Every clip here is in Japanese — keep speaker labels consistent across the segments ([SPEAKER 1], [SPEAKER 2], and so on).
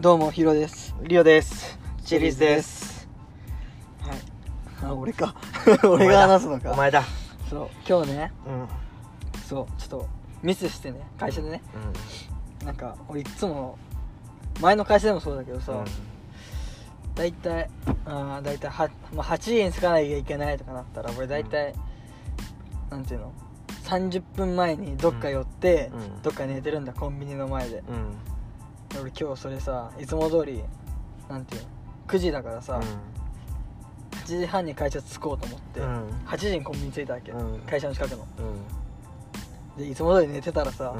[SPEAKER 1] どうもヒロです
[SPEAKER 2] リオです
[SPEAKER 1] チ
[SPEAKER 2] チ
[SPEAKER 1] ェ
[SPEAKER 2] ェ
[SPEAKER 1] リ
[SPEAKER 2] リ
[SPEAKER 1] ー
[SPEAKER 2] ー
[SPEAKER 1] ズ
[SPEAKER 2] ズ
[SPEAKER 1] で
[SPEAKER 2] です
[SPEAKER 1] あ俺か 俺が話すの
[SPEAKER 2] お
[SPEAKER 1] か
[SPEAKER 2] 前だ
[SPEAKER 1] そう今日ね
[SPEAKER 2] うんうん
[SPEAKER 1] そうちょっとミスしてね会社でねなんか俺いつも前の会社でもそうだけどさ、
[SPEAKER 2] うん
[SPEAKER 1] 大体あー大体は、まあ、8時に着かなきゃいけないとかなったら俺大体、なんていうの30分前にどっか寄って、
[SPEAKER 2] うんうん
[SPEAKER 1] どっか寝てるんだコンビニの前で
[SPEAKER 2] うん
[SPEAKER 1] で俺今日それさいつも通りなんていうの9時だからさ、8時半に会社着こうと思って、
[SPEAKER 2] うん
[SPEAKER 1] 8時にコンビニ着いたわけ、
[SPEAKER 2] うん
[SPEAKER 1] 会社の近くの
[SPEAKER 2] うん
[SPEAKER 1] でいつも通り寝てたらさ、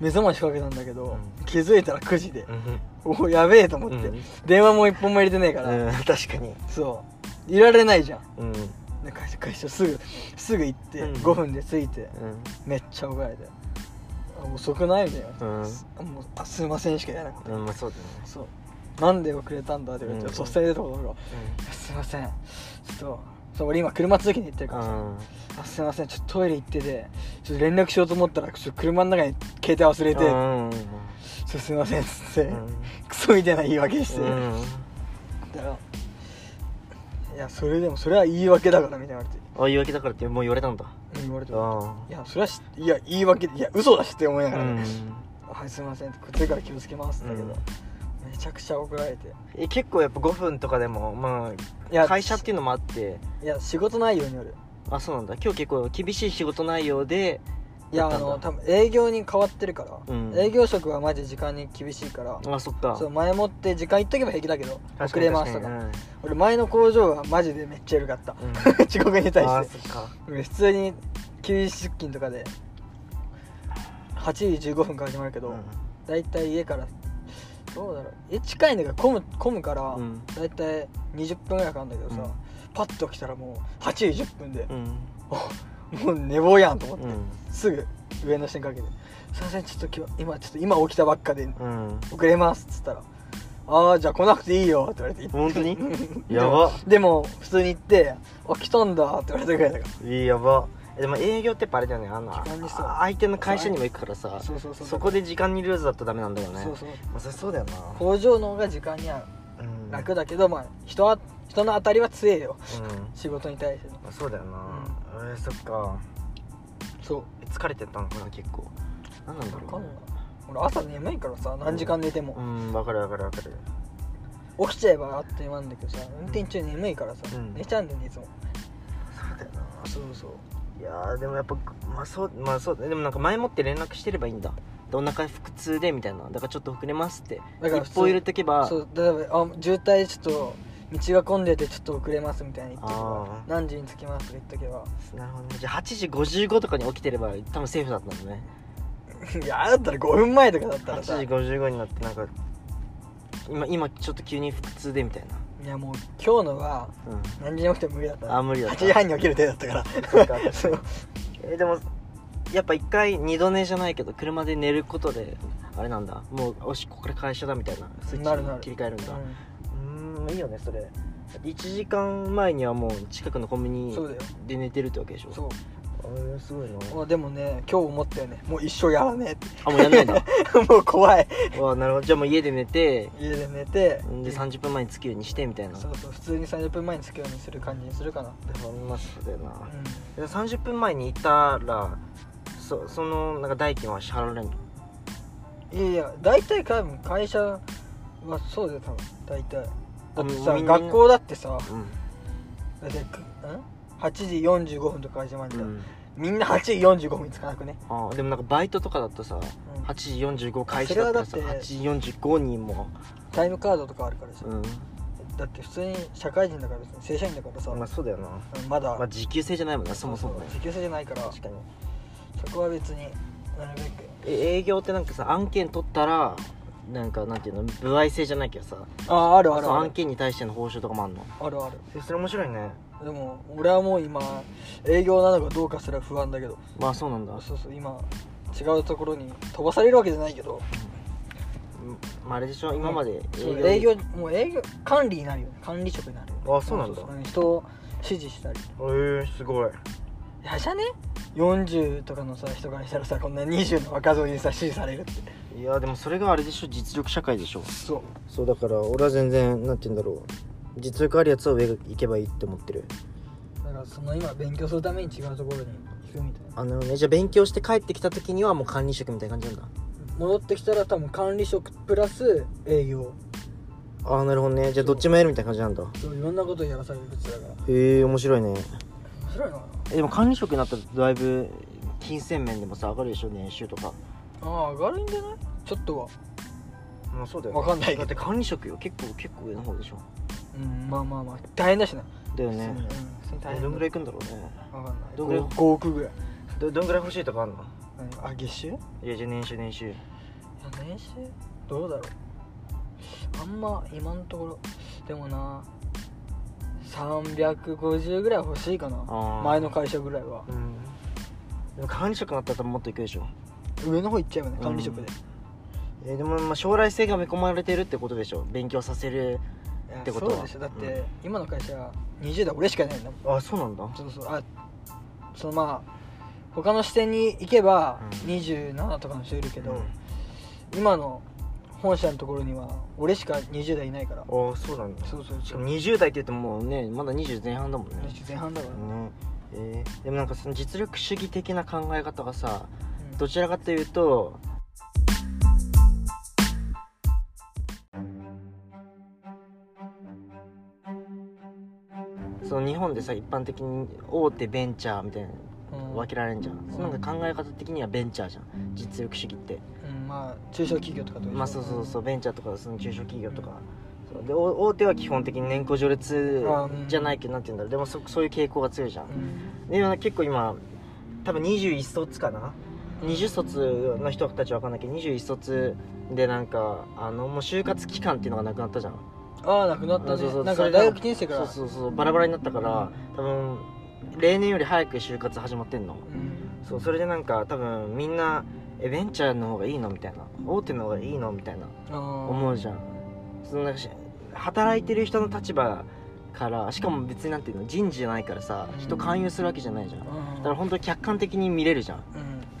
[SPEAKER 1] 目覚ましかけたんだけど、
[SPEAKER 2] うん
[SPEAKER 1] 気づいたら9時で、
[SPEAKER 2] うん
[SPEAKER 1] おおやべえと思って、
[SPEAKER 2] うん
[SPEAKER 1] 電話も一本も入れてねえから、
[SPEAKER 2] うん確かに
[SPEAKER 1] そういられないじゃん
[SPEAKER 2] うん
[SPEAKER 1] で会社会社すぐすぐ行って、
[SPEAKER 2] うん
[SPEAKER 1] 5分で着いて
[SPEAKER 2] うん
[SPEAKER 1] めっちゃ怒られてあ遅くないみたいな、
[SPEAKER 2] うん
[SPEAKER 1] すもうあすいませんしか言えなくて、
[SPEAKER 2] うんまあそうだね
[SPEAKER 1] そうなんで遅れたんだって言われ
[SPEAKER 2] う
[SPEAKER 1] て
[SPEAKER 2] ん
[SPEAKER 1] 率先出たことが「すいませんちょっとそう俺今車通勤で行ってる
[SPEAKER 2] う
[SPEAKER 1] からさ、
[SPEAKER 2] ん
[SPEAKER 1] あすいませんちょっとトイレ行っててちょっと連絡しようと思ったらちょっと車の中に携帯忘れて、ちょ
[SPEAKER 2] う
[SPEAKER 1] っ
[SPEAKER 2] ん
[SPEAKER 1] とすいませんっつって、
[SPEAKER 2] うん
[SPEAKER 1] クソみたいな言い訳して、
[SPEAKER 2] う
[SPEAKER 1] だ
[SPEAKER 2] ん
[SPEAKER 1] からいやそれでもそれは言い訳だからみたいな言わ
[SPEAKER 2] あ言い訳だからってもう言われたんだ
[SPEAKER 1] れて言われて
[SPEAKER 2] あ
[SPEAKER 1] いやそれはしいや言い訳いや嘘だしって思いなが
[SPEAKER 2] あう
[SPEAKER 1] ら、ね
[SPEAKER 2] ん
[SPEAKER 1] はいすいませんこれから気をつけますだけど、
[SPEAKER 2] うん
[SPEAKER 1] めちゃくちゃ怒られて
[SPEAKER 2] え結構やっぱ5分とかでもま
[SPEAKER 1] いや
[SPEAKER 2] あ会社っていうのもあって
[SPEAKER 1] いや仕事内容による
[SPEAKER 2] あそうなんだ今日結構厳しい仕事内容で
[SPEAKER 1] いや
[SPEAKER 2] だ
[SPEAKER 1] あ
[SPEAKER 2] ったんだ
[SPEAKER 1] の多分営業に変わってるから、
[SPEAKER 2] うん
[SPEAKER 1] 営業職はマジ時間に厳しいから、
[SPEAKER 2] あそっか
[SPEAKER 1] そう前もって時間言っとけば平気だけど
[SPEAKER 2] 確
[SPEAKER 1] 遅
[SPEAKER 2] かに
[SPEAKER 1] れますとか
[SPEAKER 2] 確に
[SPEAKER 1] 俺前の工場はマジでめっちゃ緩かった、
[SPEAKER 2] うん
[SPEAKER 1] 遅刻に
[SPEAKER 2] うんあ
[SPEAKER 1] 対
[SPEAKER 2] ー
[SPEAKER 1] して
[SPEAKER 2] そっか
[SPEAKER 1] 俺普通に急出勤とかで8時15分から始まるけど、だいたい家からどうだろう家近いんだけど混む混むから、
[SPEAKER 2] うん
[SPEAKER 1] だいたい20分ぐらいかかるんだけどさ、
[SPEAKER 2] うん
[SPEAKER 1] パッと来たらもう8時10分で、
[SPEAKER 2] うん
[SPEAKER 1] もう寝坊やんと思って、
[SPEAKER 2] うん
[SPEAKER 1] すぐ上の人にかけて「すいませんちょっと今日今ちょっと今起きたばっかで
[SPEAKER 2] うん
[SPEAKER 1] 遅れます」っつったら「ああじゃあ来なくていいよ」って言われて
[SPEAKER 2] 本 当にやば
[SPEAKER 1] でも普通に行って「あ来たんだ」って言われたぐらいだか
[SPEAKER 2] いいやばえでも営業ってやっぱあれだよねあの
[SPEAKER 1] 時間にさ
[SPEAKER 2] あ相手の会社にも行くからさ
[SPEAKER 1] らそうそうそう
[SPEAKER 2] そこで時間にルーズだったらダメなんだよね
[SPEAKER 1] そうそう
[SPEAKER 2] まあそれそうだよな
[SPEAKER 1] 工場の方が時間には
[SPEAKER 2] うん
[SPEAKER 1] 楽だけど、まあ人は人の当たりは強えよ
[SPEAKER 2] うん
[SPEAKER 1] 仕事に対しての
[SPEAKER 2] まあそうだよなえーそっか
[SPEAKER 1] そう
[SPEAKER 2] え疲れてたのかな結構なんなんだ
[SPEAKER 1] 分
[SPEAKER 2] ろ
[SPEAKER 1] か
[SPEAKER 2] うんね
[SPEAKER 1] ない俺朝眠いからさ何時間寝ても
[SPEAKER 2] う、んわかるわかるわかる
[SPEAKER 1] 起きちゃえばあっという間なんだけどさ運転中眠いからさ、
[SPEAKER 2] うん
[SPEAKER 1] 寝ちゃうんだよねいつも
[SPEAKER 2] そうだよな
[SPEAKER 1] そうそう
[SPEAKER 2] いやーでもやっぱまあそうまあそうでもなんか前もって連絡してればいいんだでお腹腹痛でみたいなだからちょっと遅れますって
[SPEAKER 1] だから普通
[SPEAKER 2] 一歩入れとけば
[SPEAKER 1] そう例えばあ渋滞ちょっと道が混んでてちょっと遅れますみたいに言っとけば
[SPEAKER 2] あー
[SPEAKER 1] 何時に着きますとか言っとけば
[SPEAKER 2] なるほどねじゃあ8時55とかに起きてれば多分セーフだったんだね
[SPEAKER 1] いやだったら5分前とかだった
[SPEAKER 2] 8
[SPEAKER 1] ら
[SPEAKER 2] 時
[SPEAKER 1] さい
[SPEAKER 2] 55になってなんか今今ちょっと急に腹痛でみたいな
[SPEAKER 1] やもう今日のは
[SPEAKER 2] うん
[SPEAKER 1] 何時に起きても無理だった
[SPEAKER 2] あ無理だった
[SPEAKER 1] 8時半に起きる手だったか
[SPEAKER 2] そっから
[SPEAKER 1] そう
[SPEAKER 2] えでもやっぱ一回二度寝じゃないけど車で寝ることであれなんだもうおしここから会社だみたいなスイ
[SPEAKER 1] なるな
[SPEAKER 2] ッ
[SPEAKER 1] る
[SPEAKER 2] チ切り替えるんだ
[SPEAKER 1] うん
[SPEAKER 2] うーんいいよねそれ1時間前にはもう近くのコンビニ
[SPEAKER 1] そうだよ
[SPEAKER 2] で寝てるってわけでしょ
[SPEAKER 1] そう
[SPEAKER 2] あすごいな
[SPEAKER 1] あでもね今日思ったよねもう一生やらね
[SPEAKER 2] あもうやんないん だ
[SPEAKER 1] えって もう怖い
[SPEAKER 2] わあなるほどじゃあもう家で寝て
[SPEAKER 1] 家で寝て
[SPEAKER 2] んで30分前に着くようにしてみたいな
[SPEAKER 1] そうそう普通に30分前に着くようにする感じにするかな
[SPEAKER 2] まあそうだよな
[SPEAKER 1] うん
[SPEAKER 2] で30分前に行ったらそそのなんか代金は支払われるの
[SPEAKER 1] いやいや大体多分会社はそうだよ多分大体だってさ
[SPEAKER 2] みんな
[SPEAKER 1] 学校だってさ
[SPEAKER 2] うん
[SPEAKER 1] 大体くん8時45分とか始まるんだ、
[SPEAKER 2] うん
[SPEAKER 1] みんな8時45分に着かなくね
[SPEAKER 2] あーでもなんかバイトとかだとさ
[SPEAKER 1] うん
[SPEAKER 2] 8時45開始だったら
[SPEAKER 1] そ
[SPEAKER 2] さ
[SPEAKER 1] れはだっ
[SPEAKER 2] 8
[SPEAKER 1] て
[SPEAKER 2] 時45にも
[SPEAKER 1] タイムカードとかあるからさ、
[SPEAKER 2] うん
[SPEAKER 1] だって普通に社会人だからさ正社員だからさ、
[SPEAKER 2] ま
[SPEAKER 1] ま
[SPEAKER 2] あそうだよな
[SPEAKER 1] だ、
[SPEAKER 2] まあ時給制じゃないもんなそもそもね
[SPEAKER 1] 時給制じゃないから
[SPEAKER 2] 確かに
[SPEAKER 1] そこは別になるべく
[SPEAKER 2] え営業ってなんかさ案件取ったらなんかなんていうの歩合制じゃないけどさ
[SPEAKER 1] あああるある
[SPEAKER 2] その
[SPEAKER 1] あ
[SPEAKER 2] 案
[SPEAKER 1] る
[SPEAKER 2] 件に対しての報酬とかもあんの
[SPEAKER 1] あるある
[SPEAKER 2] えそれ面白いね
[SPEAKER 1] でも俺はもう今営業なのかどうかすら不安だけど
[SPEAKER 2] まあそうなんだ
[SPEAKER 1] そうそう今違うところに飛ばされるわけじゃないけど
[SPEAKER 2] うんまああれでしょ今まで
[SPEAKER 1] そう営業
[SPEAKER 2] に
[SPEAKER 1] もう営業管理になるよね管理職になるよね
[SPEAKER 2] あそうなんだ
[SPEAKER 1] 人を指示したり
[SPEAKER 2] えー、すごい
[SPEAKER 1] はしゃね40とかのさ人からしたらさこんな20の若造にさ支持されるって
[SPEAKER 2] いやでもそれがあれでしょ実力社会でしょ
[SPEAKER 1] そう
[SPEAKER 2] そうだから俺は全然なんて言うんだろう実力あるやつは上行けばいいって思ってる
[SPEAKER 1] だからその今勉強するために違うところに行くみたいな
[SPEAKER 2] あのねじゃあ勉強して帰ってきた時にはもう管理職みたいな感じなんだ
[SPEAKER 1] 戻ってきたら多分管理職プラス営業
[SPEAKER 2] ああなるほどねじゃあどっちもやるみたいな感じなんだ
[SPEAKER 1] そういろんなことやらされるってだから
[SPEAKER 2] へえ面白いね
[SPEAKER 1] 面白いのか
[SPEAKER 2] えでも管理職になったらだいぶ金銭面でもさ上がるでしょ年収とか
[SPEAKER 1] なああ上がるんじゃないちょっとは
[SPEAKER 2] まあそうだ
[SPEAKER 1] よねわかんないけど
[SPEAKER 2] だって管理職よ結構結構上の方でしょ
[SPEAKER 1] うんまあまあまあ大変だしな
[SPEAKER 2] だよ
[SPEAKER 1] 普通に
[SPEAKER 2] ね
[SPEAKER 1] 普通に大
[SPEAKER 2] え
[SPEAKER 1] 変
[SPEAKER 2] どんぐら
[SPEAKER 1] い
[SPEAKER 2] い行くんだろうね
[SPEAKER 1] 分かんない
[SPEAKER 2] どんぐらい
[SPEAKER 1] 5, 5億ぐらい
[SPEAKER 2] どどんぐらい欲しいとかあんの
[SPEAKER 1] 何あ月収いや
[SPEAKER 2] いやじゃあ年収年収
[SPEAKER 1] 年収どうだろうあんま今のところでもな350ぐらい欲しいかな
[SPEAKER 2] あー
[SPEAKER 1] 前の会社ぐらいは
[SPEAKER 2] うんでも管理職になったら多分もっと行くでしょ
[SPEAKER 1] 上の方行っちゃうよね管理職で、
[SPEAKER 2] えーでもまあ将来性が見込まれてるってことでしょ勉強させる
[SPEAKER 1] いや
[SPEAKER 2] ってことは
[SPEAKER 1] そうでしょだって、
[SPEAKER 2] うん
[SPEAKER 1] 今の会社20代俺しかいないんだもん
[SPEAKER 2] あそうなんだ
[SPEAKER 1] そうそうあそのまあ他の視点に行けば
[SPEAKER 2] うん
[SPEAKER 1] 27とかの人いるけど、
[SPEAKER 2] うん
[SPEAKER 1] 今の本社のところには俺しか20代いないから
[SPEAKER 2] あそうなんだ
[SPEAKER 1] そうそう
[SPEAKER 2] し
[SPEAKER 1] しか
[SPEAKER 2] か
[SPEAKER 1] も
[SPEAKER 2] も20代って言ってももうねまだ20前半だもんね
[SPEAKER 1] 20前半だから、
[SPEAKER 2] ねえーでもなんかその実力主義的な考え方がさ
[SPEAKER 1] うん
[SPEAKER 2] どちらかというとその日本でさ一般的に大手ベンチャーみたいな
[SPEAKER 1] うん
[SPEAKER 2] 分けられんじゃん、
[SPEAKER 1] ん
[SPEAKER 2] そのなんか考え方的にはベンチャーじゃん実力主義って
[SPEAKER 1] うんまあ中小企業とかと一緒
[SPEAKER 2] まあそうそうそうベンチャーとかその中小企業とか、そうでお大手は基本的に年功序列
[SPEAKER 1] あうん
[SPEAKER 2] じゃないけどなんて言うんだろうでもそそういう傾向が強いじゃん
[SPEAKER 1] う、ん
[SPEAKER 2] で今結構今多分21卒かな20卒の人たちは分かんないけど21卒でなんかあのもう就活期間っていうのがなくなったじゃん
[SPEAKER 1] ああなくなった
[SPEAKER 2] あそうそ
[SPEAKER 1] ね
[SPEAKER 2] う
[SPEAKER 1] なん
[SPEAKER 2] そ
[SPEAKER 1] か
[SPEAKER 2] れで
[SPEAKER 1] 大学1年生から
[SPEAKER 2] そうそうそうバラバラになったから多分例年より早く就活始まってんの
[SPEAKER 1] うん
[SPEAKER 2] そうそれでなんか多分みんなえベンチャーの方がいいのみたいな大手の方がいいのみたいな
[SPEAKER 1] あー
[SPEAKER 2] 思うじゃんそのなんかし働いてる人の立場からしかも別になんていうの人事じゃないからさ人勧誘するわけじゃないじゃんだ
[SPEAKER 1] うん
[SPEAKER 2] から本当に客観的に見れるじゃん
[SPEAKER 1] う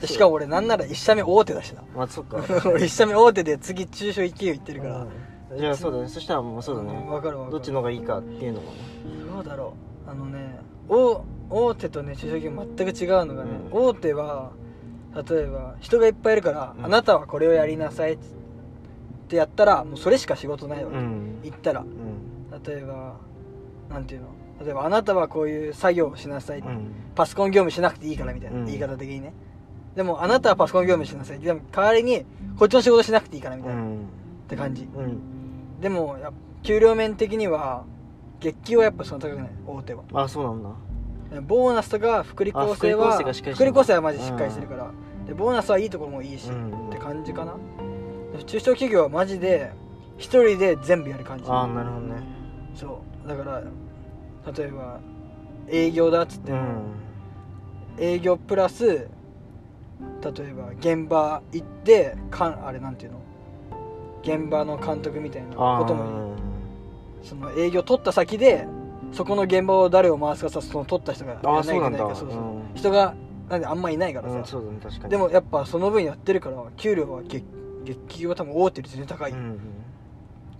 [SPEAKER 1] んでしかも俺なんなら1社目大手だしな
[SPEAKER 2] まあそっか
[SPEAKER 1] 俺1社目大手で次中小企業行ってるから、
[SPEAKER 2] うんじゃあそうだねそしたらもうそうだ
[SPEAKER 1] ん
[SPEAKER 2] ね
[SPEAKER 1] わかるわかる
[SPEAKER 2] どっちの方がいいかっていうのもね
[SPEAKER 1] どうだろうあのね大大手とね中小企業全く違うのがね、
[SPEAKER 2] うん
[SPEAKER 1] 大手は例えば人がいっぱいいるから、
[SPEAKER 2] うん
[SPEAKER 1] あなたはこれをやりなさいってやったらもうそれしか仕事ないわ
[SPEAKER 2] う
[SPEAKER 1] け、
[SPEAKER 2] ん
[SPEAKER 1] 言ったら
[SPEAKER 2] うん
[SPEAKER 1] 例えばなんていうの例えばあなたはこういう作業をしなさい、
[SPEAKER 2] うん
[SPEAKER 1] パソコン業務しなくていいからみたいな、
[SPEAKER 2] うん
[SPEAKER 1] 言い方的にねでもあなたはパソコン業務しなさいでも代わりにこっちの仕事しなくていいからみた
[SPEAKER 2] う
[SPEAKER 1] いな、っ
[SPEAKER 2] ん
[SPEAKER 1] て感じ
[SPEAKER 2] うん
[SPEAKER 1] でもやっぱ給料面的には月給はやっぱそんな高くない大手は
[SPEAKER 2] あそうなんだ
[SPEAKER 1] ボーナスとか福利厚生
[SPEAKER 2] あ
[SPEAKER 1] は
[SPEAKER 2] 福利厚生がしっかりしてる
[SPEAKER 1] 福利厚生はマジしっかりしてるから、でボーナスはいいところもいいし、
[SPEAKER 2] うん
[SPEAKER 1] って感じかな中小企業はマジで一人で全部やる感じ
[SPEAKER 2] ああなるほどね
[SPEAKER 1] そうだから例えば営業だっつって
[SPEAKER 2] う
[SPEAKER 1] も、
[SPEAKER 2] ん
[SPEAKER 1] 営業プラス例えば現場行ってかんあれなんていうの現場の監督みたいな
[SPEAKER 2] ああ
[SPEAKER 1] こともその営業取った先でそこの現場を誰を回すかさその取った人がや
[SPEAKER 2] あ
[SPEAKER 1] ら
[SPEAKER 2] あ
[SPEAKER 1] なきゃ
[SPEAKER 2] そう
[SPEAKER 1] い
[SPEAKER 2] な
[SPEAKER 1] け
[SPEAKER 2] ん
[SPEAKER 1] な
[SPEAKER 2] だ
[SPEAKER 1] いからそうそう
[SPEAKER 2] うん
[SPEAKER 1] 人がなんであんまいないからさ、
[SPEAKER 2] うんそうだね確かに
[SPEAKER 1] でもやっぱその分やってるから給料は月月給は多分大手より全然高い、
[SPEAKER 2] う
[SPEAKER 1] だか
[SPEAKER 2] ん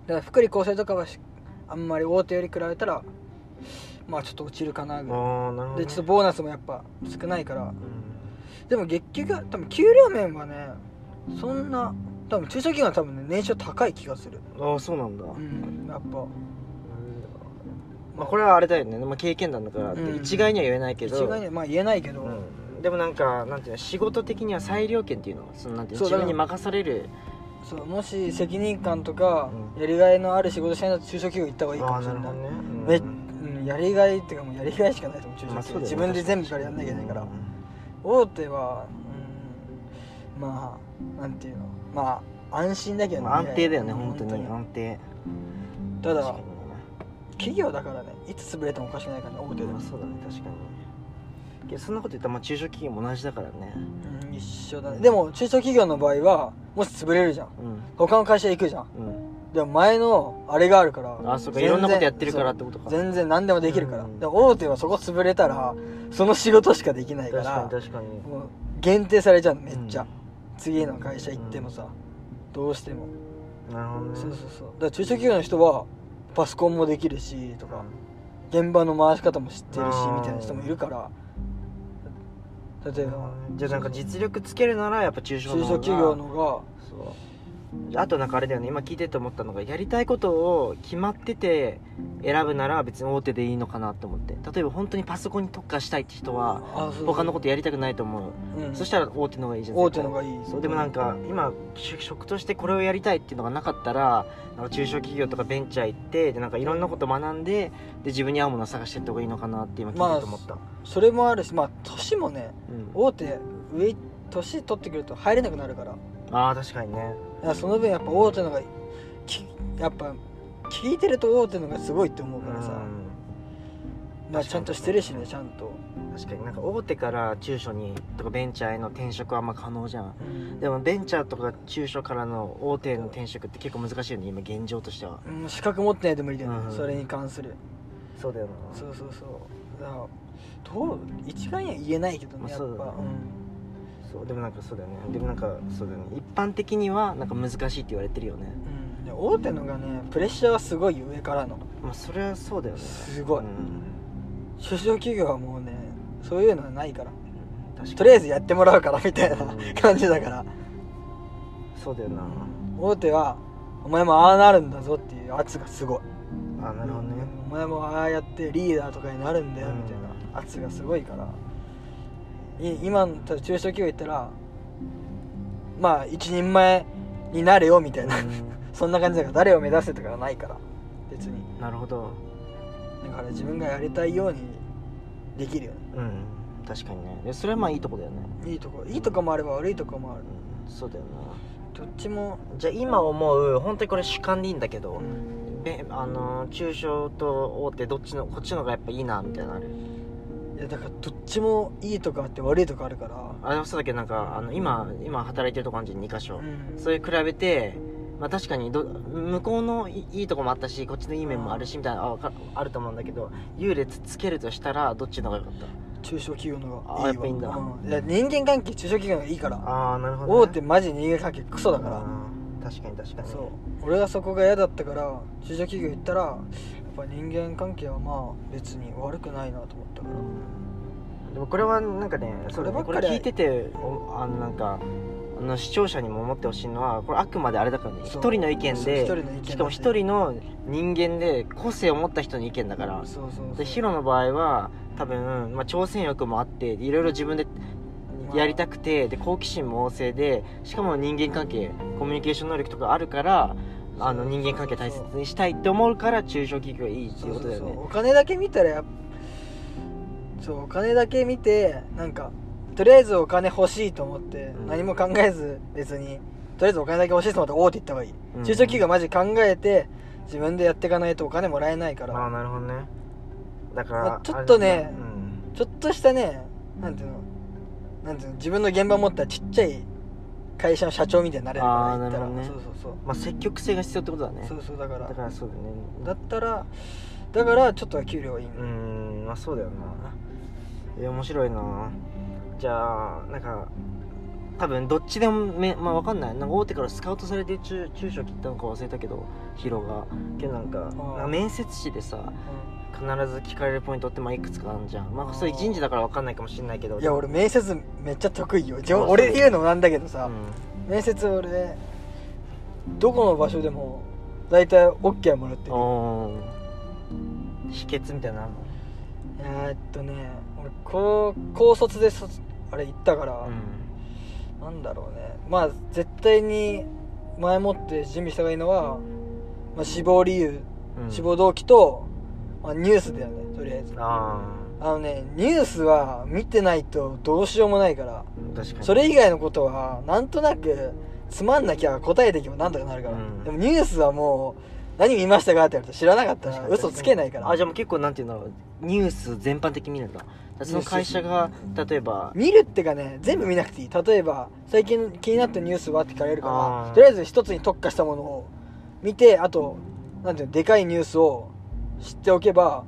[SPEAKER 1] ら福利厚生とかはしあんまり大手より比べたらまあちょっと落ちるかなぐらい
[SPEAKER 2] ああなるほど
[SPEAKER 1] で
[SPEAKER 2] ね
[SPEAKER 1] ちょっとボーナスもやっぱ少ないから
[SPEAKER 2] うん
[SPEAKER 1] でも月給が多分給料面はねそんな多分中小企業は多分ね年収高い気がする
[SPEAKER 2] ああそうなんだ
[SPEAKER 1] うんやっぱ
[SPEAKER 2] まあこれはあれだよねまあ経験談だから
[SPEAKER 1] うん
[SPEAKER 2] 一概には言えないけど
[SPEAKER 1] 一概にはまあ言えないけど、
[SPEAKER 2] うんでもなんかなんていうの仕事的には裁量権っていうのそのなんていうの
[SPEAKER 1] そうだから
[SPEAKER 2] 自分に任される
[SPEAKER 1] そうもし責任感とか
[SPEAKER 2] う
[SPEAKER 1] やりがいのある仕事したいんだったら中小企業行った方がいいかもしれない
[SPEAKER 2] ね
[SPEAKER 1] め
[SPEAKER 2] うん
[SPEAKER 1] うん、やりがいっていうかもうやりがいしかないと思う中小
[SPEAKER 2] まあ
[SPEAKER 1] 企
[SPEAKER 2] そ
[SPEAKER 1] 業
[SPEAKER 2] う
[SPEAKER 1] 自分
[SPEAKER 2] だよね
[SPEAKER 1] で全部からやんなきゃいけないから、大手は、うん、まあなんていうのまあ安心だけどね
[SPEAKER 2] まあ安定だよね本当に
[SPEAKER 1] 本
[SPEAKER 2] 安定
[SPEAKER 1] 当にただ
[SPEAKER 2] 確かにね
[SPEAKER 1] 企業だからねいつ潰れてもおかしくないからね大手で
[SPEAKER 2] まあそうだね確かにけどそんなこと言ったらまあ中小企業も同じだからね
[SPEAKER 1] うん一緒だねでも中小企業の場合はもし潰れるじゃん
[SPEAKER 2] うん
[SPEAKER 1] 他の会社行くじゃん
[SPEAKER 2] うん
[SPEAKER 1] でも前のあれがあるから
[SPEAKER 2] あそっかい
[SPEAKER 1] 全然
[SPEAKER 2] ろんなことやってるからってことか
[SPEAKER 1] 全然何でもできるから、
[SPEAKER 2] うん
[SPEAKER 1] でも大手はそこ潰れたらその仕事しかできないか
[SPEAKER 2] 確からに確かに
[SPEAKER 1] もう限定されちゃうのめっちゃ、
[SPEAKER 2] うん
[SPEAKER 1] 次の会社行ってもさ、どうしても、
[SPEAKER 2] なるほどね
[SPEAKER 1] そうそうそうだから中小企業の人はパソコンもできるしとか、現場の回し方も知ってるし
[SPEAKER 2] あー
[SPEAKER 1] みたいな人もいるから例えば
[SPEAKER 2] うんじゃあなんか実力つけるならやっぱ中小
[SPEAKER 1] 中小企業の方
[SPEAKER 2] そうあとなんかあれだよね今聞いてて思ったのがやりたいことを決まってて選ぶなら別に大手でいいのかなと思って例えば本当にパソコンに特化したいって人は
[SPEAKER 1] があそう
[SPEAKER 2] 他のことやりたくないと思う、
[SPEAKER 1] うん
[SPEAKER 2] そしたら大手の方がいいじゃん
[SPEAKER 1] 大手の
[SPEAKER 2] 絶
[SPEAKER 1] 方
[SPEAKER 2] 対
[SPEAKER 1] がいい
[SPEAKER 2] そうでもなんか今就職としてこれをやりたいっていうのがなかったらなんか中小企業とかベンチャー行ってでなんかいろんなこと学んでで自分に合うものを探していった方がいいのかなって今聞いてて思った、
[SPEAKER 1] それもあるしまあ年もね
[SPEAKER 2] うん
[SPEAKER 1] 大手上年取ってくると入れなくなるからだ
[SPEAKER 2] あー確かにね
[SPEAKER 1] からその分やっぱ大手のがきやっぱ聞いてると大手のがすごいって思うからさ、
[SPEAKER 2] うん
[SPEAKER 1] まあ、ちゃんとしてるしねちゃんと、
[SPEAKER 2] 確かになんか大手から中小にとかベンチャーへの転職はあんま可能じゃんでもベンチャーとか中小からの大手への転職って結構難しいよね今現状としては
[SPEAKER 1] うん、資格持ってないと無理だよね、
[SPEAKER 2] うん
[SPEAKER 1] それに関する
[SPEAKER 2] そうだよ
[SPEAKER 1] そうそうそうだからどう一概には言えないけど
[SPEAKER 2] まあ
[SPEAKER 1] ねやっぱ、
[SPEAKER 2] そうだね
[SPEAKER 1] うん
[SPEAKER 2] そうでもなんかそうだよねでもなんかそうだよね一般的にはなんか難しいって言われてるよね
[SPEAKER 1] うんで大手のがねプレッシャーはすごい上からの
[SPEAKER 2] まあそれはそうだよね
[SPEAKER 1] すごい
[SPEAKER 2] うん
[SPEAKER 1] 中小企業はもうねそういうのはないから
[SPEAKER 2] 確
[SPEAKER 1] と
[SPEAKER 2] か
[SPEAKER 1] り
[SPEAKER 2] に
[SPEAKER 1] あえずやってもらうからみたいな
[SPEAKER 2] うん
[SPEAKER 1] 感じだから
[SPEAKER 2] そうだよな
[SPEAKER 1] 大手はお前もああなるんだぞっていう圧がすごい
[SPEAKER 2] あなるほどね
[SPEAKER 1] お前もああやってリーダーとかになるんだよみたいな圧がすごいからい今の中小企業行ったらまあ一人前になれよみたいな そんな感じだから誰を目指せとかはないから別に
[SPEAKER 2] なるほど
[SPEAKER 1] だから自分がやりたいようにできるよね
[SPEAKER 2] うん確かにねでそれはまあいいとこだよね
[SPEAKER 1] いいとこいいとこもあれば悪いとこもある
[SPEAKER 2] うんそうだよな
[SPEAKER 1] どっちも、
[SPEAKER 2] じゃあ今思う本当にこれ主観でいいんだけど、
[SPEAKER 1] うん
[SPEAKER 2] べあのー中小と大手どっちのこっちの方がやっぱいいなみたいなのある
[SPEAKER 1] いやだからどっちもいいとこあって悪いとこあるから
[SPEAKER 2] あれもそうだけどなんかあの今今働いてるとこあるじゃん2か所、
[SPEAKER 1] うん
[SPEAKER 2] それ比べてまあ確かにど向こうのいいいとこもあったしこっちのいい面もあるしみたいなあわかあると思うんだけど優劣つけるとしたらどっちの方が良かった
[SPEAKER 1] 中小企業の
[SPEAKER 2] あ
[SPEAKER 1] が
[SPEAKER 2] や
[SPEAKER 1] い
[SPEAKER 2] っ
[SPEAKER 1] い
[SPEAKER 2] ぱ
[SPEAKER 1] わ
[SPEAKER 2] いいんだ
[SPEAKER 1] うんいや人間関係中小企業のがいいから
[SPEAKER 2] ああなるほ
[SPEAKER 1] 大手マジ人間関係クソだ
[SPEAKER 2] だ
[SPEAKER 1] から
[SPEAKER 2] 確かに確かに
[SPEAKER 1] そう俺はそこが嫌だったから中小企業行ったらやっぱ人間関係はまあ別に悪くないなと思ったから
[SPEAKER 2] でもこれはなんかねそうだね
[SPEAKER 1] こ
[SPEAKER 2] こ
[SPEAKER 1] ればっか
[SPEAKER 2] れ
[SPEAKER 1] りは
[SPEAKER 2] 聞いてておあのなんかあの視聴者にも思ってほしいのはこれあくまであれだからね一
[SPEAKER 1] そう
[SPEAKER 2] 人の意見
[SPEAKER 1] そう一
[SPEAKER 2] で
[SPEAKER 1] 人の意見だし
[SPEAKER 2] しかも一人の人間で個性を持った人の意見だから
[SPEAKER 1] そうそうそ
[SPEAKER 2] で
[SPEAKER 1] う
[SPEAKER 2] ヒロの場合は多分、まあ、挑戦欲もあっていろいろ自分でやりたくてで好奇心も旺盛でしかも人間関係コミュニケーション能力とかあるからあの
[SPEAKER 1] そう
[SPEAKER 2] 人間関係大切にしたいって思うから中小企業がいいって
[SPEAKER 1] そ
[SPEAKER 2] いうう
[SPEAKER 1] そ
[SPEAKER 2] こ
[SPEAKER 1] う
[SPEAKER 2] と
[SPEAKER 1] そう
[SPEAKER 2] だよね
[SPEAKER 1] お金だけ見たらやっそうお金だけ見てなんかとりあえずお金欲しいと思って、
[SPEAKER 2] うん
[SPEAKER 1] 何も考えず別にとりあえずお金だけ欲しいと思って大手行った方がいい、
[SPEAKER 2] うん
[SPEAKER 1] 中小企業マジ考えて自分でやっていかないとお金もらえないから、
[SPEAKER 2] ああなるほどねだか
[SPEAKER 1] まあ
[SPEAKER 2] ら
[SPEAKER 1] ちょっとね
[SPEAKER 2] あれだうん
[SPEAKER 1] ちょっとしたねなんていうのなんていうの自分の現場持ったちっちゃい会社の社長みたいになれるから
[SPEAKER 2] あー
[SPEAKER 1] 行ったら、
[SPEAKER 2] なる
[SPEAKER 1] そ
[SPEAKER 2] ほ
[SPEAKER 1] う
[SPEAKER 2] どね
[SPEAKER 1] そうそう
[SPEAKER 2] まあ、積極性が必要ってことだね
[SPEAKER 1] そうそうだから
[SPEAKER 2] だからそうだね
[SPEAKER 1] だったらだからちょっとは給料はいいね、
[SPEAKER 2] うーんまあそうだよないや面白いなじゃあなんか多分どっちでもめ、まあ、わかんないなんか大手からスカウトされて中中小切ったのか忘れたけどヒロがけどなんか
[SPEAKER 1] ー
[SPEAKER 2] なんか面接誌でさ必ず聞かれるポイントってまあいくつかあるじゃんまあそれ
[SPEAKER 1] あー
[SPEAKER 2] 人事だからわかんないかもしれないけど
[SPEAKER 1] いや俺面接めっちゃ得意よ自
[SPEAKER 2] あそ
[SPEAKER 1] 分
[SPEAKER 2] う
[SPEAKER 1] 俺言うのもなんだけどさ、
[SPEAKER 2] うん
[SPEAKER 1] 面接俺どこの場所でも大体 OK はもらってる
[SPEAKER 2] おー秘訣みたいなのあんの
[SPEAKER 1] えーっとね俺高高卒で卒あれ行ったから、なんだろうねまあ絶対に前もって準備した方がいいのは、まあ、死亡理由
[SPEAKER 2] うん
[SPEAKER 1] 死亡動機と、まあ、ニュースだよねとりあえずあ
[SPEAKER 2] あ
[SPEAKER 1] のねニュースは見てないとどうしようもないから
[SPEAKER 2] あ確かに
[SPEAKER 1] それ以外のことはなんとなくつまんなきゃ答えていけばなんとかなるから、
[SPEAKER 2] うん
[SPEAKER 1] でもニュースはもう何見ましたかって言われて知らなかった
[SPEAKER 2] 確
[SPEAKER 1] ら
[SPEAKER 2] かに
[SPEAKER 1] 嘘つけないから
[SPEAKER 2] あじゃあもう結構なんていうんだろうニュース全般的に見るんだだからその会社が例えば
[SPEAKER 1] 見るってかね全部見なくていい例えば最近気になったニュースはって聞かれるか
[SPEAKER 2] あ
[SPEAKER 1] ら
[SPEAKER 2] ー
[SPEAKER 1] とりあえず一つに特化したものを見てあとなんていうのでかいニュースを知っておけば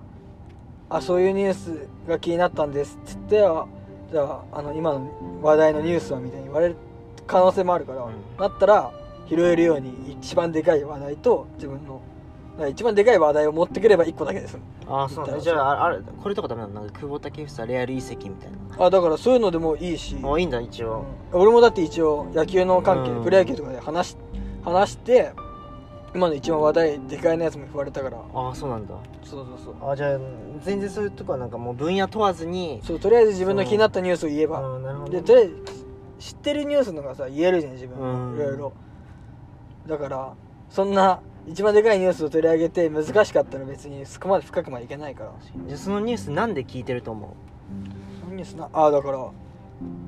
[SPEAKER 1] あそういうニュースが気になったんですっつってあじゃああの今の話題のニュースはみたいに言われる可能性もあるから、
[SPEAKER 2] うん
[SPEAKER 1] なったら拾えるように一番でかい話題と自分のだから一番でかい話題を持ってくれば1個だけです
[SPEAKER 2] ああそうなんだじゃああれこれとかダメなのなんか久保建英レアル遺跡みたいな
[SPEAKER 1] あだからそういうのでもいいし、
[SPEAKER 2] もういいんだ一応、
[SPEAKER 1] うん俺もだって一応野球の関係、
[SPEAKER 2] うん
[SPEAKER 1] プロ野球とかで話し話して今の一番話題でかいなやつも言われたから
[SPEAKER 2] ああそうなんだ
[SPEAKER 1] そうそうそう
[SPEAKER 2] あじゃあ全然そういうとこはなんかもう分野問わずに
[SPEAKER 1] そうとりあえず自分の気になったニュースを言え
[SPEAKER 2] あ
[SPEAKER 1] ば、
[SPEAKER 2] ーなるほ
[SPEAKER 1] で
[SPEAKER 2] ど
[SPEAKER 1] とりあえず知ってるニュースの方がさ言えるじゃん自分
[SPEAKER 2] う
[SPEAKER 1] も
[SPEAKER 2] ん
[SPEAKER 1] いろいろだからそんな一番でかいニュースを取り上げて難しかったら別にそこまで深くまでいけないから
[SPEAKER 2] じゃあそのニュースなんで聞いてると思
[SPEAKER 1] そのニュースなあだから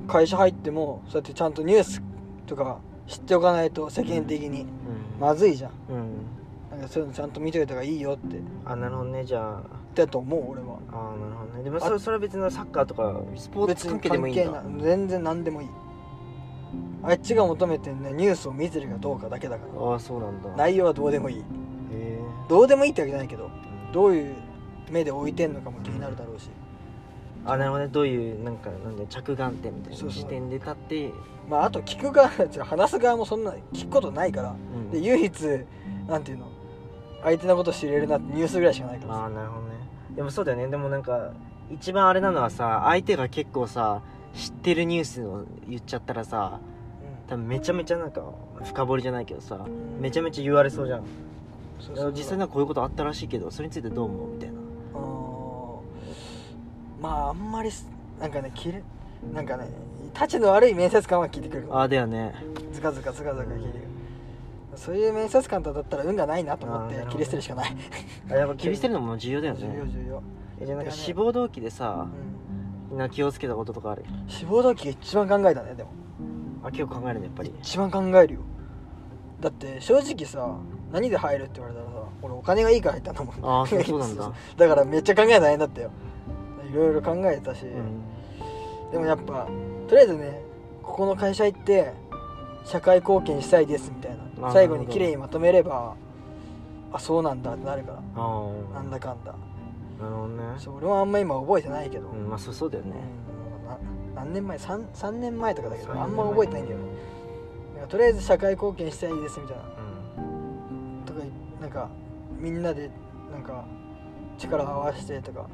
[SPEAKER 1] 会社入ってもそうやってちゃんとニュースとか知っておかないと世間的に
[SPEAKER 2] ううん
[SPEAKER 1] まずいじゃん
[SPEAKER 2] うん
[SPEAKER 1] なんかそういうのちゃんと見といた方がいいよって
[SPEAKER 2] あなるほどねじゃあ
[SPEAKER 1] だと思う俺は
[SPEAKER 2] あーなるほどねでも
[SPEAKER 1] あ
[SPEAKER 2] それそれは別にサッカーとかスポーツ関係でもいいんだ
[SPEAKER 1] 関係ない全然何でもいいあっちが求めてるのはニュースを見てるかどうかだけだか
[SPEAKER 2] ああそうなんだ
[SPEAKER 1] ら
[SPEAKER 2] へ
[SPEAKER 1] 内容はどうでもいい
[SPEAKER 2] え
[SPEAKER 1] どうでもいいってわけじゃないけど
[SPEAKER 2] うん
[SPEAKER 1] どういう目で置いてんのかも気になるだろうし
[SPEAKER 2] あなるほどねどういうなんかなんで着眼点みたい
[SPEAKER 1] そう
[SPEAKER 2] な
[SPEAKER 1] そう
[SPEAKER 2] 視点で立って
[SPEAKER 1] まああと聞く側話す側もそんな聞くことないから
[SPEAKER 2] うん
[SPEAKER 1] で唯一なんていうの相手のこと知れるなってニュースぐらいしかないから
[SPEAKER 2] あ
[SPEAKER 1] さ
[SPEAKER 2] あなるほどねでもそうだよねでもなんか一番あれなのはさ相手が結構さ知ってるニュースを言っちゃったらさ多分めちゃめちゃなんか深掘りじゃないけどさ
[SPEAKER 1] うん
[SPEAKER 2] めちゃめちゃ言われそうじゃん
[SPEAKER 1] そうそうそう
[SPEAKER 2] 実際なんかこういうことあったらしいけどそれについてどう思うみたいな
[SPEAKER 1] あーまああんまりすなんかね切れなんかね立ちの悪い面接官は聞いてくる
[SPEAKER 2] ああだよね
[SPEAKER 1] ずかずかずかずか切るそういう面接官とだったら運がないなと思っ
[SPEAKER 2] あーなる
[SPEAKER 1] て
[SPEAKER 2] ほど
[SPEAKER 1] 切り捨てるしかない
[SPEAKER 2] あやっぱ切り捨てるのも重要だよ
[SPEAKER 1] 重
[SPEAKER 2] ね
[SPEAKER 1] 要重要、
[SPEAKER 2] えじゃあなんか志望動機でさ
[SPEAKER 1] うん、
[SPEAKER 2] みんな気をつけたこととかある
[SPEAKER 1] 志望動機が一番考えたねでも
[SPEAKER 2] あ結構考えるねやっぱり
[SPEAKER 1] 一番考えるよだって正直さ何で入るって言われたらさ俺お金がいいから入ったんだもん
[SPEAKER 2] あーそうそうなんだ
[SPEAKER 1] だからめっちゃ考えないんだったよいろいろ考えたし、
[SPEAKER 2] うん
[SPEAKER 1] でもやっぱとりあえずねここの会社行って社会貢献したいですみたい
[SPEAKER 2] ほ
[SPEAKER 1] な
[SPEAKER 2] ど
[SPEAKER 1] 最後に綺麗にまとめればあそうなんだってなるから
[SPEAKER 2] ああ
[SPEAKER 1] なんだかんだ
[SPEAKER 2] なるほどね
[SPEAKER 1] そう俺はあんま今覚えてないけど、
[SPEAKER 2] うんまあそうそうだよね
[SPEAKER 1] うんな何年前 3, 3年前とかだけど
[SPEAKER 2] 三年
[SPEAKER 1] あん
[SPEAKER 2] 前
[SPEAKER 1] ま覚えてないんだよねなんかとりあえず社会貢献したいですみたいな
[SPEAKER 2] うん
[SPEAKER 1] とかなんかみんなでなんか力を合わせてとか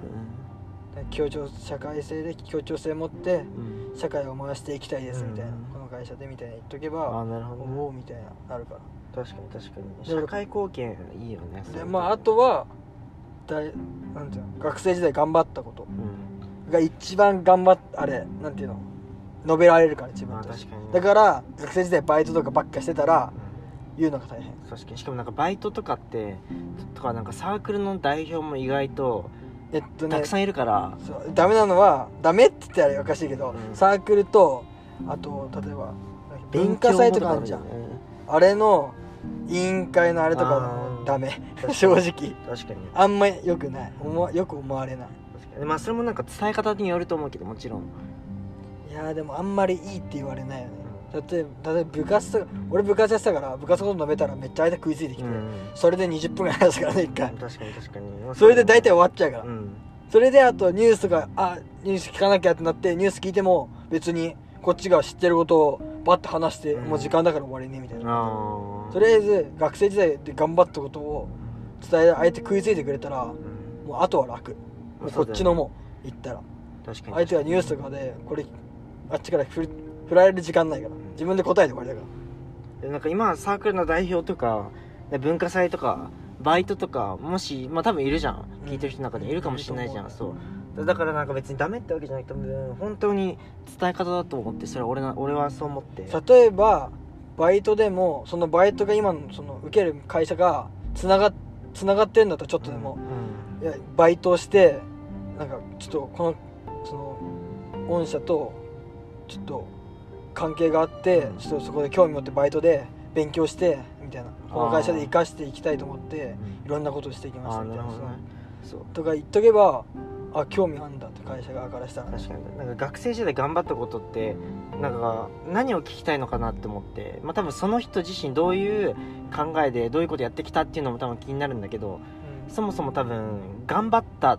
[SPEAKER 1] 協調社会性で協調性持って
[SPEAKER 2] うん
[SPEAKER 1] 社会を回していきたいですみたいな、
[SPEAKER 2] うん
[SPEAKER 1] この会社でみたいな言っとけ
[SPEAKER 2] ああ
[SPEAKER 1] ば
[SPEAKER 2] なるほどね
[SPEAKER 1] おおみたいななるか
[SPEAKER 2] 確かに確かに
[SPEAKER 1] だから
[SPEAKER 2] 社会貢献いいよねそ
[SPEAKER 1] らで
[SPEAKER 2] れ
[SPEAKER 1] まああとはだいなんていうの学生時代頑張ったこと
[SPEAKER 2] うん
[SPEAKER 1] が一番頑張っあれなんていうの述べられるから自
[SPEAKER 2] ま
[SPEAKER 1] 分
[SPEAKER 2] あ
[SPEAKER 1] と
[SPEAKER 2] 確
[SPEAKER 1] して
[SPEAKER 2] かに
[SPEAKER 1] だ
[SPEAKER 2] ら
[SPEAKER 1] から学生時代バイトとかばっかしてたら言うのが大変
[SPEAKER 2] 確かにしかもなんかバイトとかってとかなんかサークルの代表も意外と
[SPEAKER 1] えっと
[SPEAKER 2] た
[SPEAKER 1] ね
[SPEAKER 2] くさんいるから
[SPEAKER 1] そうダメなのはダメって言ったらおかしいけど、
[SPEAKER 2] うん
[SPEAKER 1] サークルとあと例えば文化祭とかあるじゃんあ,、
[SPEAKER 2] 勉強もとか
[SPEAKER 1] れの委員会のあれとか
[SPEAKER 2] あ
[SPEAKER 1] も
[SPEAKER 2] ー
[SPEAKER 1] ダメ
[SPEAKER 2] あるよね
[SPEAKER 1] 正直
[SPEAKER 2] 確かに
[SPEAKER 1] あんまよくない思わよく思われない
[SPEAKER 2] 確かにまあそれもなんか伝え方によると思うけどもちろん
[SPEAKER 1] いやーでもあんまりいいって言われないよね例えば例えば部活とか俺部活やってたから部活のこと述べたらめっちゃ間食いついてきて、
[SPEAKER 2] うん
[SPEAKER 1] それで20分ぐらい話すからね一回
[SPEAKER 2] 確かに確かに
[SPEAKER 1] それで大体終わっちゃうから、
[SPEAKER 2] うん
[SPEAKER 1] それであとニュースがあニュース聞かなきゃってなってニュース聞いても別にこっちが知ってることをバッて話して、
[SPEAKER 2] うん
[SPEAKER 1] もう時間だから終わりねみたいな
[SPEAKER 2] ああ
[SPEAKER 1] とりあえず学生時代で頑張ったことを伝えあえて食いついてくれたら
[SPEAKER 2] うん
[SPEAKER 1] もうあとは楽もうこっちのもう言ったら
[SPEAKER 2] 確かに
[SPEAKER 1] 相手はニュースとかでこれあっちから振り振られる時間ないから
[SPEAKER 2] ん
[SPEAKER 1] 自分で答えて終わりだか
[SPEAKER 2] でなんか今サークルの代表とかで文化祭とかバイトとかもしまあ多分いるじゃん
[SPEAKER 1] うん
[SPEAKER 2] 聞いてる人の中でいるかもしれないじゃ
[SPEAKER 1] い
[SPEAKER 2] ん、
[SPEAKER 1] ると
[SPEAKER 2] そうだだからなんか別にダメってわけじゃなくて多分本当に伝え方だと思ってそれは俺な俺はそう思って
[SPEAKER 1] ら例えばバイトでもそのバイトが今のその受ける会社がつながつながってんだったらちょっとでも、いやバイトをしてなんかちょっとこのその御社とちょっと関係があって、
[SPEAKER 2] うん
[SPEAKER 1] ちょっとそこで興味持ってバイトで勉強してみたいなこの会社で生かしていきたいと思っていろんなことをしていきまし
[SPEAKER 2] あ
[SPEAKER 1] た
[SPEAKER 2] あ
[SPEAKER 1] み
[SPEAKER 2] な
[SPEAKER 1] たい
[SPEAKER 2] る
[SPEAKER 1] な
[SPEAKER 2] ほどねそう
[SPEAKER 1] とか言っとけばあ興味あんだとか会社側からしたらね
[SPEAKER 2] 確かになんか学生時代頑張ったことってなんか何を聞きたいのかなって思って、まあ、多分その人自身どういう考えでどういうことやってきたっていうのも多分気になるんだけどそもそも多分頑張った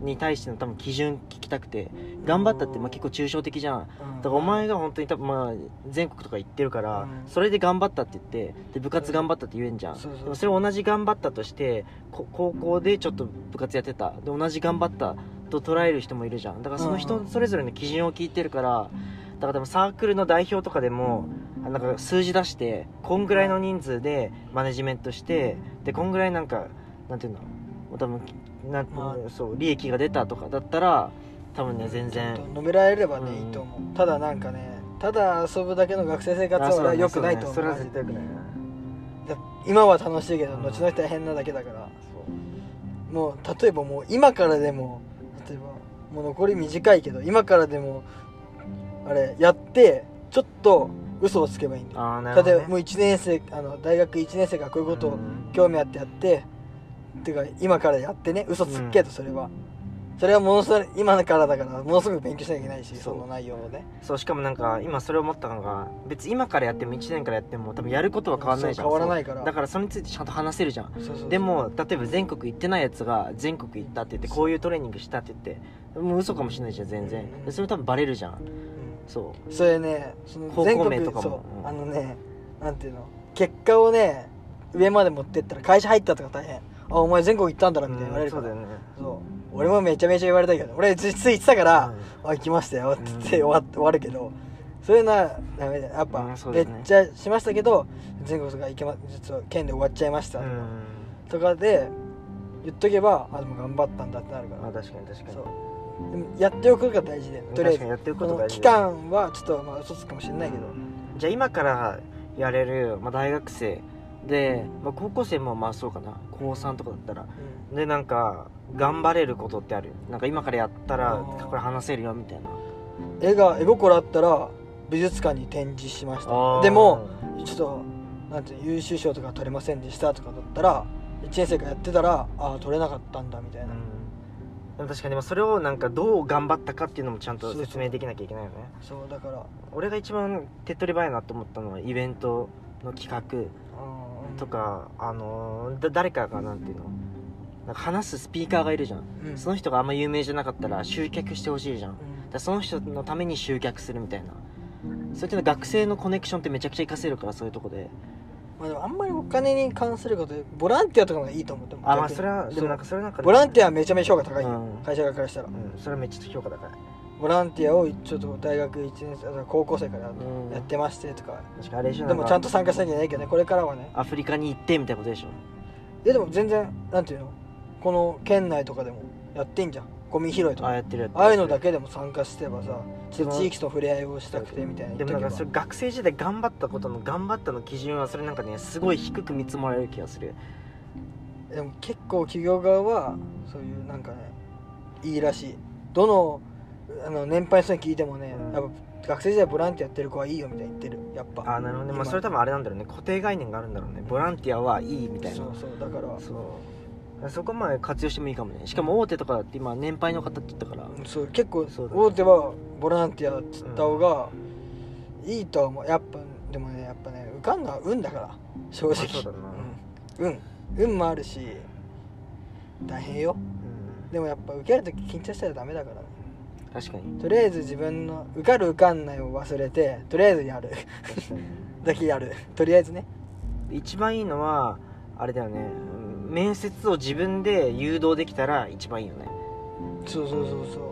[SPEAKER 2] に対しての多分基準聞きたくて頑張ったってまあ結構抽象的じゃん
[SPEAKER 1] うん
[SPEAKER 2] だからお前が本当に多分まあ全国とか行ってるから、
[SPEAKER 1] うん
[SPEAKER 2] それで頑張ったって言ってで部活頑張ったって言えんじゃん、
[SPEAKER 1] そうそう
[SPEAKER 2] でもそれを同じ頑張ったとしてこ高校でちょっと部活やってたで同じ頑張ったと捉える人もいるじゃんだからその
[SPEAKER 1] う
[SPEAKER 2] 人
[SPEAKER 1] ん
[SPEAKER 2] それぞれの基準を聞いてるからだから多分サークルの代表とかでもあなんか数字出してこんぐらいの人数でマネジメントしてでこんぐらいなんかなんていうのもう多分なん、
[SPEAKER 1] ま
[SPEAKER 2] そう利益が出たとかだったら多分ね全然
[SPEAKER 1] ちょっと述べられればね、
[SPEAKER 2] うん
[SPEAKER 1] いいと思うただなんかねただ遊ぶだけの学生生活
[SPEAKER 2] あそうだ
[SPEAKER 1] は
[SPEAKER 2] ね
[SPEAKER 1] 良くないと
[SPEAKER 2] そ
[SPEAKER 1] 思う
[SPEAKER 2] うだね
[SPEAKER 1] マジ
[SPEAKER 2] それは絶対
[SPEAKER 1] で
[SPEAKER 2] 良くないな
[SPEAKER 1] 今は楽しいけど
[SPEAKER 2] うん
[SPEAKER 1] 後々大変なだけだから
[SPEAKER 2] そう
[SPEAKER 1] もう例えばもう今からでも例えばもう残り短いけど今からでもあれやってちょっと嘘をつけばいいんだよ
[SPEAKER 2] ああなるほ
[SPEAKER 1] 例
[SPEAKER 2] ど、
[SPEAKER 1] え
[SPEAKER 2] ね、
[SPEAKER 1] ばもう1年生あの大学1年生がこういうこと
[SPEAKER 2] う
[SPEAKER 1] を
[SPEAKER 2] ん
[SPEAKER 1] 興味あってやって、てか今からやってね嘘つっけとそれは、それはものすごい今からだからものすごく勉強しなきゃいけないし
[SPEAKER 2] そ
[SPEAKER 1] そ
[SPEAKER 2] う
[SPEAKER 1] の内容をね
[SPEAKER 2] そうしかもなんか今それを思ったのが別に今からやっても1年からやっても多分やることは変わらないじゃん
[SPEAKER 1] そう変わらないから
[SPEAKER 2] そうだからそれについてちゃんと話せるじゃん
[SPEAKER 1] そうそうそう
[SPEAKER 2] でも例えば全国行ってないやつが全国行ったって言ってこういうトレーニングしたって言ってもう嘘かもしれないじゃん全然
[SPEAKER 1] うん
[SPEAKER 2] でそれ多分バレるじゃん
[SPEAKER 1] うん
[SPEAKER 2] そ
[SPEAKER 1] それねその
[SPEAKER 2] 方
[SPEAKER 1] 全
[SPEAKER 2] 向
[SPEAKER 1] 国
[SPEAKER 2] 名とかも
[SPEAKER 1] そう、
[SPEAKER 2] うん
[SPEAKER 1] あのねなんていうの結果をね上まで持ってったら会社入ったとか大変あお前全国行ったんだな
[SPEAKER 2] う
[SPEAKER 1] みたいに言われる
[SPEAKER 2] そ
[SPEAKER 1] か
[SPEAKER 2] うだ
[SPEAKER 1] ら、
[SPEAKER 2] よね
[SPEAKER 1] そう俺もめちゃめちゃ言われたけど俺実質行ってたから、あ行きましたよって言って終
[SPEAKER 2] うん
[SPEAKER 1] わ終わるけどそういうのはダメだよやっぱ、
[SPEAKER 2] うんそう
[SPEAKER 1] め
[SPEAKER 2] だ
[SPEAKER 1] っ
[SPEAKER 2] よね
[SPEAKER 1] ちゃしましたけど全国とか行けま実は県で終わっちゃいました
[SPEAKER 2] う
[SPEAKER 1] とか,、
[SPEAKER 2] ん
[SPEAKER 1] で言っとけばあでも頑張ったんだってなるか
[SPEAKER 2] ま
[SPEAKER 1] ら
[SPEAKER 2] あ確かに確かに
[SPEAKER 1] そうでもやっておくことが大事でとりあえ
[SPEAKER 2] 確かに
[SPEAKER 1] ず
[SPEAKER 2] やってるこ
[SPEAKER 1] ことの
[SPEAKER 2] が
[SPEAKER 1] 期間はちょっとまあ嘘つくかもしれないけど、
[SPEAKER 2] じゃあ今からやれる、まあ、大学生で、まあ、高校生もまあそうかな高3とかだったらでなんか頑張れることってあるなんか今からやったら
[SPEAKER 1] あー
[SPEAKER 2] これ話せるよみたいな
[SPEAKER 1] うん絵が絵心あったら美術館に展示しましたでもちょっとなんていうの優秀賞とか取れませんでしたとかだったら1年生がやってたらああ取れなかったんだみたいな、
[SPEAKER 2] でも確かにでもそれをなんかどう頑張ったかっていうのもちゃん
[SPEAKER 1] そう
[SPEAKER 2] と
[SPEAKER 1] そう
[SPEAKER 2] 説明できなきゃいけないよね
[SPEAKER 1] そうだから
[SPEAKER 2] 俺が一番手っ取り早いなと思ったのはイベントの企画
[SPEAKER 1] うん
[SPEAKER 2] とかあのーだ誰かがなんていうのなんか話すスピーカーがいるじゃん、
[SPEAKER 1] うん
[SPEAKER 2] その人があんま有名じゃなかったら集客してほしいじゃん、だからその人のために集客するみたいなそういった学生のコネクションってめちゃくちゃ活かせるからそういうとこで
[SPEAKER 1] まあ、でもあんまりお金に関することでボランティアとかがいいと思っても
[SPEAKER 2] あまあそれは
[SPEAKER 1] う
[SPEAKER 2] でもなんかそれなんか
[SPEAKER 1] ボランティアはめちゃめちゃ評価高いよ、
[SPEAKER 2] うん
[SPEAKER 1] 会社側からしたら
[SPEAKER 2] うんそれはめっちゃ評価高い
[SPEAKER 1] ボランティアをちょっと大学1年生あと高校生から
[SPEAKER 2] うん
[SPEAKER 1] やってましてとか、
[SPEAKER 2] 確かあれでしょ
[SPEAKER 1] でもちゃん
[SPEAKER 2] と
[SPEAKER 1] と参加したんじゃないけどねこれからはね
[SPEAKER 2] アフリカに行ってみたいなことでしょ
[SPEAKER 1] いやでも全然なんていうのこの県内とかでもやってんじゃんゴミ拾いと
[SPEAKER 2] ああ
[SPEAKER 1] か
[SPEAKER 2] やってるやってる
[SPEAKER 1] ああいうのだけでも参加してばさちょっと
[SPEAKER 2] でも
[SPEAKER 1] 地域と触れ合いをしたくてみたいな
[SPEAKER 2] で
[SPEAKER 1] 言っ
[SPEAKER 2] も
[SPEAKER 1] とけ
[SPEAKER 2] なん
[SPEAKER 1] ば
[SPEAKER 2] かそれ学生時代頑張ったことの頑張ったの基準はそれなんかねすごい低く見積もられる気がする
[SPEAKER 1] でも結構企業側はそういうなんかねいいらしいどのあの年配の人に聞いてもね、
[SPEAKER 2] うん
[SPEAKER 1] やっぱ学生時代ボランティアやってる子はいいよみたいに言ってるやっぱ
[SPEAKER 2] ああなるほどね、ま
[SPEAKER 1] 今
[SPEAKER 2] あ、それ多分あれなんだろうね固定概念があるんだろうねボランティアはいいみたいな
[SPEAKER 1] そうそうだから
[SPEAKER 2] そうそこまで活用してもいいかもねしかも大手とかだって今年配の方って言ったから
[SPEAKER 1] そう結構
[SPEAKER 2] そうだね
[SPEAKER 1] 大手はボランティアっつった方がいいとは思うやっぱでもねやっぱね受かんのは運だから正直
[SPEAKER 2] まあそうだな
[SPEAKER 1] うん運運もあるし大変よでもやっぱ受けるとき緊張したらダメだからね
[SPEAKER 2] 確かに
[SPEAKER 1] とりあえず自分の受かる受かんないを忘れてとりあえずやる
[SPEAKER 2] 確かに
[SPEAKER 1] だけやるとりあえずね
[SPEAKER 2] 一番いいのはあれだよねうん面接を自分で誘導できたら一番いいよね
[SPEAKER 1] そうそうそうそう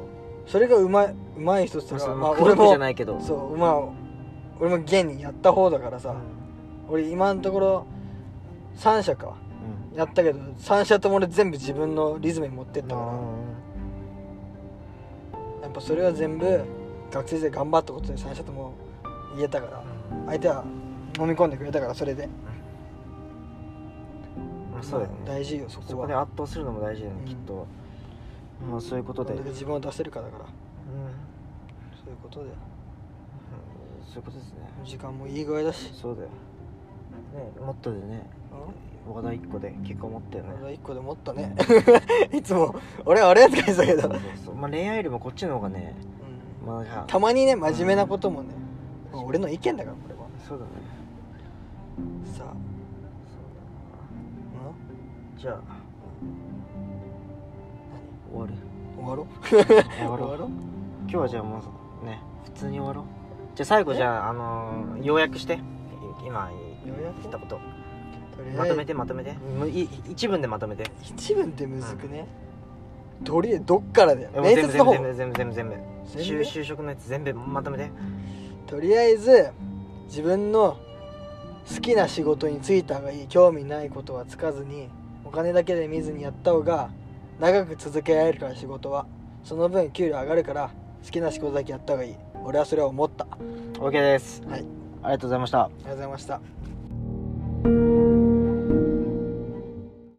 [SPEAKER 1] それがうまいうまい人っつっ
[SPEAKER 2] まあ
[SPEAKER 1] た
[SPEAKER 2] そ
[SPEAKER 1] ら、
[SPEAKER 2] の
[SPEAKER 1] まあ、
[SPEAKER 2] 黒
[SPEAKER 1] 俺
[SPEAKER 2] くじ
[SPEAKER 1] も
[SPEAKER 2] ゃないけど
[SPEAKER 1] そうまあ俺も現にやった方だからさ、俺今のところ3社か
[SPEAKER 2] うん
[SPEAKER 1] やったけど3社とも俺全部自分のリズムに持ってったか
[SPEAKER 2] う
[SPEAKER 1] らやっぱそれは全部学生時代頑張ったことで3社とも言えたから
[SPEAKER 2] ん
[SPEAKER 1] 相手は飲み込んでくれたからそれで
[SPEAKER 2] まあそうだよね
[SPEAKER 1] 大事よそ
[SPEAKER 2] そ
[SPEAKER 1] こ
[SPEAKER 2] こ
[SPEAKER 1] は
[SPEAKER 2] で圧倒するのも大事だよね、
[SPEAKER 1] うん
[SPEAKER 2] きっとまあそういうこと
[SPEAKER 1] ど
[SPEAKER 2] で、
[SPEAKER 1] ん
[SPEAKER 2] うん
[SPEAKER 1] だけ自分を出せるかだから
[SPEAKER 2] うん
[SPEAKER 1] そういうことで
[SPEAKER 2] そういうことですね
[SPEAKER 1] 時間もいい具合だし
[SPEAKER 2] そうだよねもっとでね話題1個で結果持ったよね
[SPEAKER 1] 俺は1個で持ったね いつも俺はあれやつかいたけ
[SPEAKER 2] そ
[SPEAKER 1] ど、
[SPEAKER 2] うそうそうまあ恋愛よりもこっちの方がね
[SPEAKER 1] うん
[SPEAKER 2] まあなん
[SPEAKER 1] た
[SPEAKER 2] か
[SPEAKER 1] まにね真面目なこともね、まあ俺の意見だからこれは
[SPEAKER 2] そうだね
[SPEAKER 1] さあ、う
[SPEAKER 2] じゃあ終わる
[SPEAKER 1] ん、終わろう
[SPEAKER 2] 終わろ う
[SPEAKER 1] 終わろう
[SPEAKER 2] 今日はじゃあもうね普通に終わろうじゃあ最後じゃああのー、要約してい今
[SPEAKER 1] 要約
[SPEAKER 2] 言ったこと
[SPEAKER 1] とりあえず
[SPEAKER 2] まとめてまとめてもうい一文でまとめて
[SPEAKER 1] 一文ってむずくね、どれどっからだよ
[SPEAKER 2] えもう
[SPEAKER 1] 面
[SPEAKER 2] 全部
[SPEAKER 1] 接の方
[SPEAKER 2] 全部全部全部全部
[SPEAKER 1] 全
[SPEAKER 2] 就
[SPEAKER 1] 部
[SPEAKER 2] 就職のやつ全部まとめて
[SPEAKER 1] とりあえず自分の好きな仕事に就いた方がいい興味ないことはつかずにお金だけで見ずにやった方が長く続けられるから仕事はその分給料上がるから好きな仕事だけやった方がいい俺はそれは思ったあり
[SPEAKER 2] OK です、
[SPEAKER 1] はい
[SPEAKER 2] ありがとうございました
[SPEAKER 1] がとうございました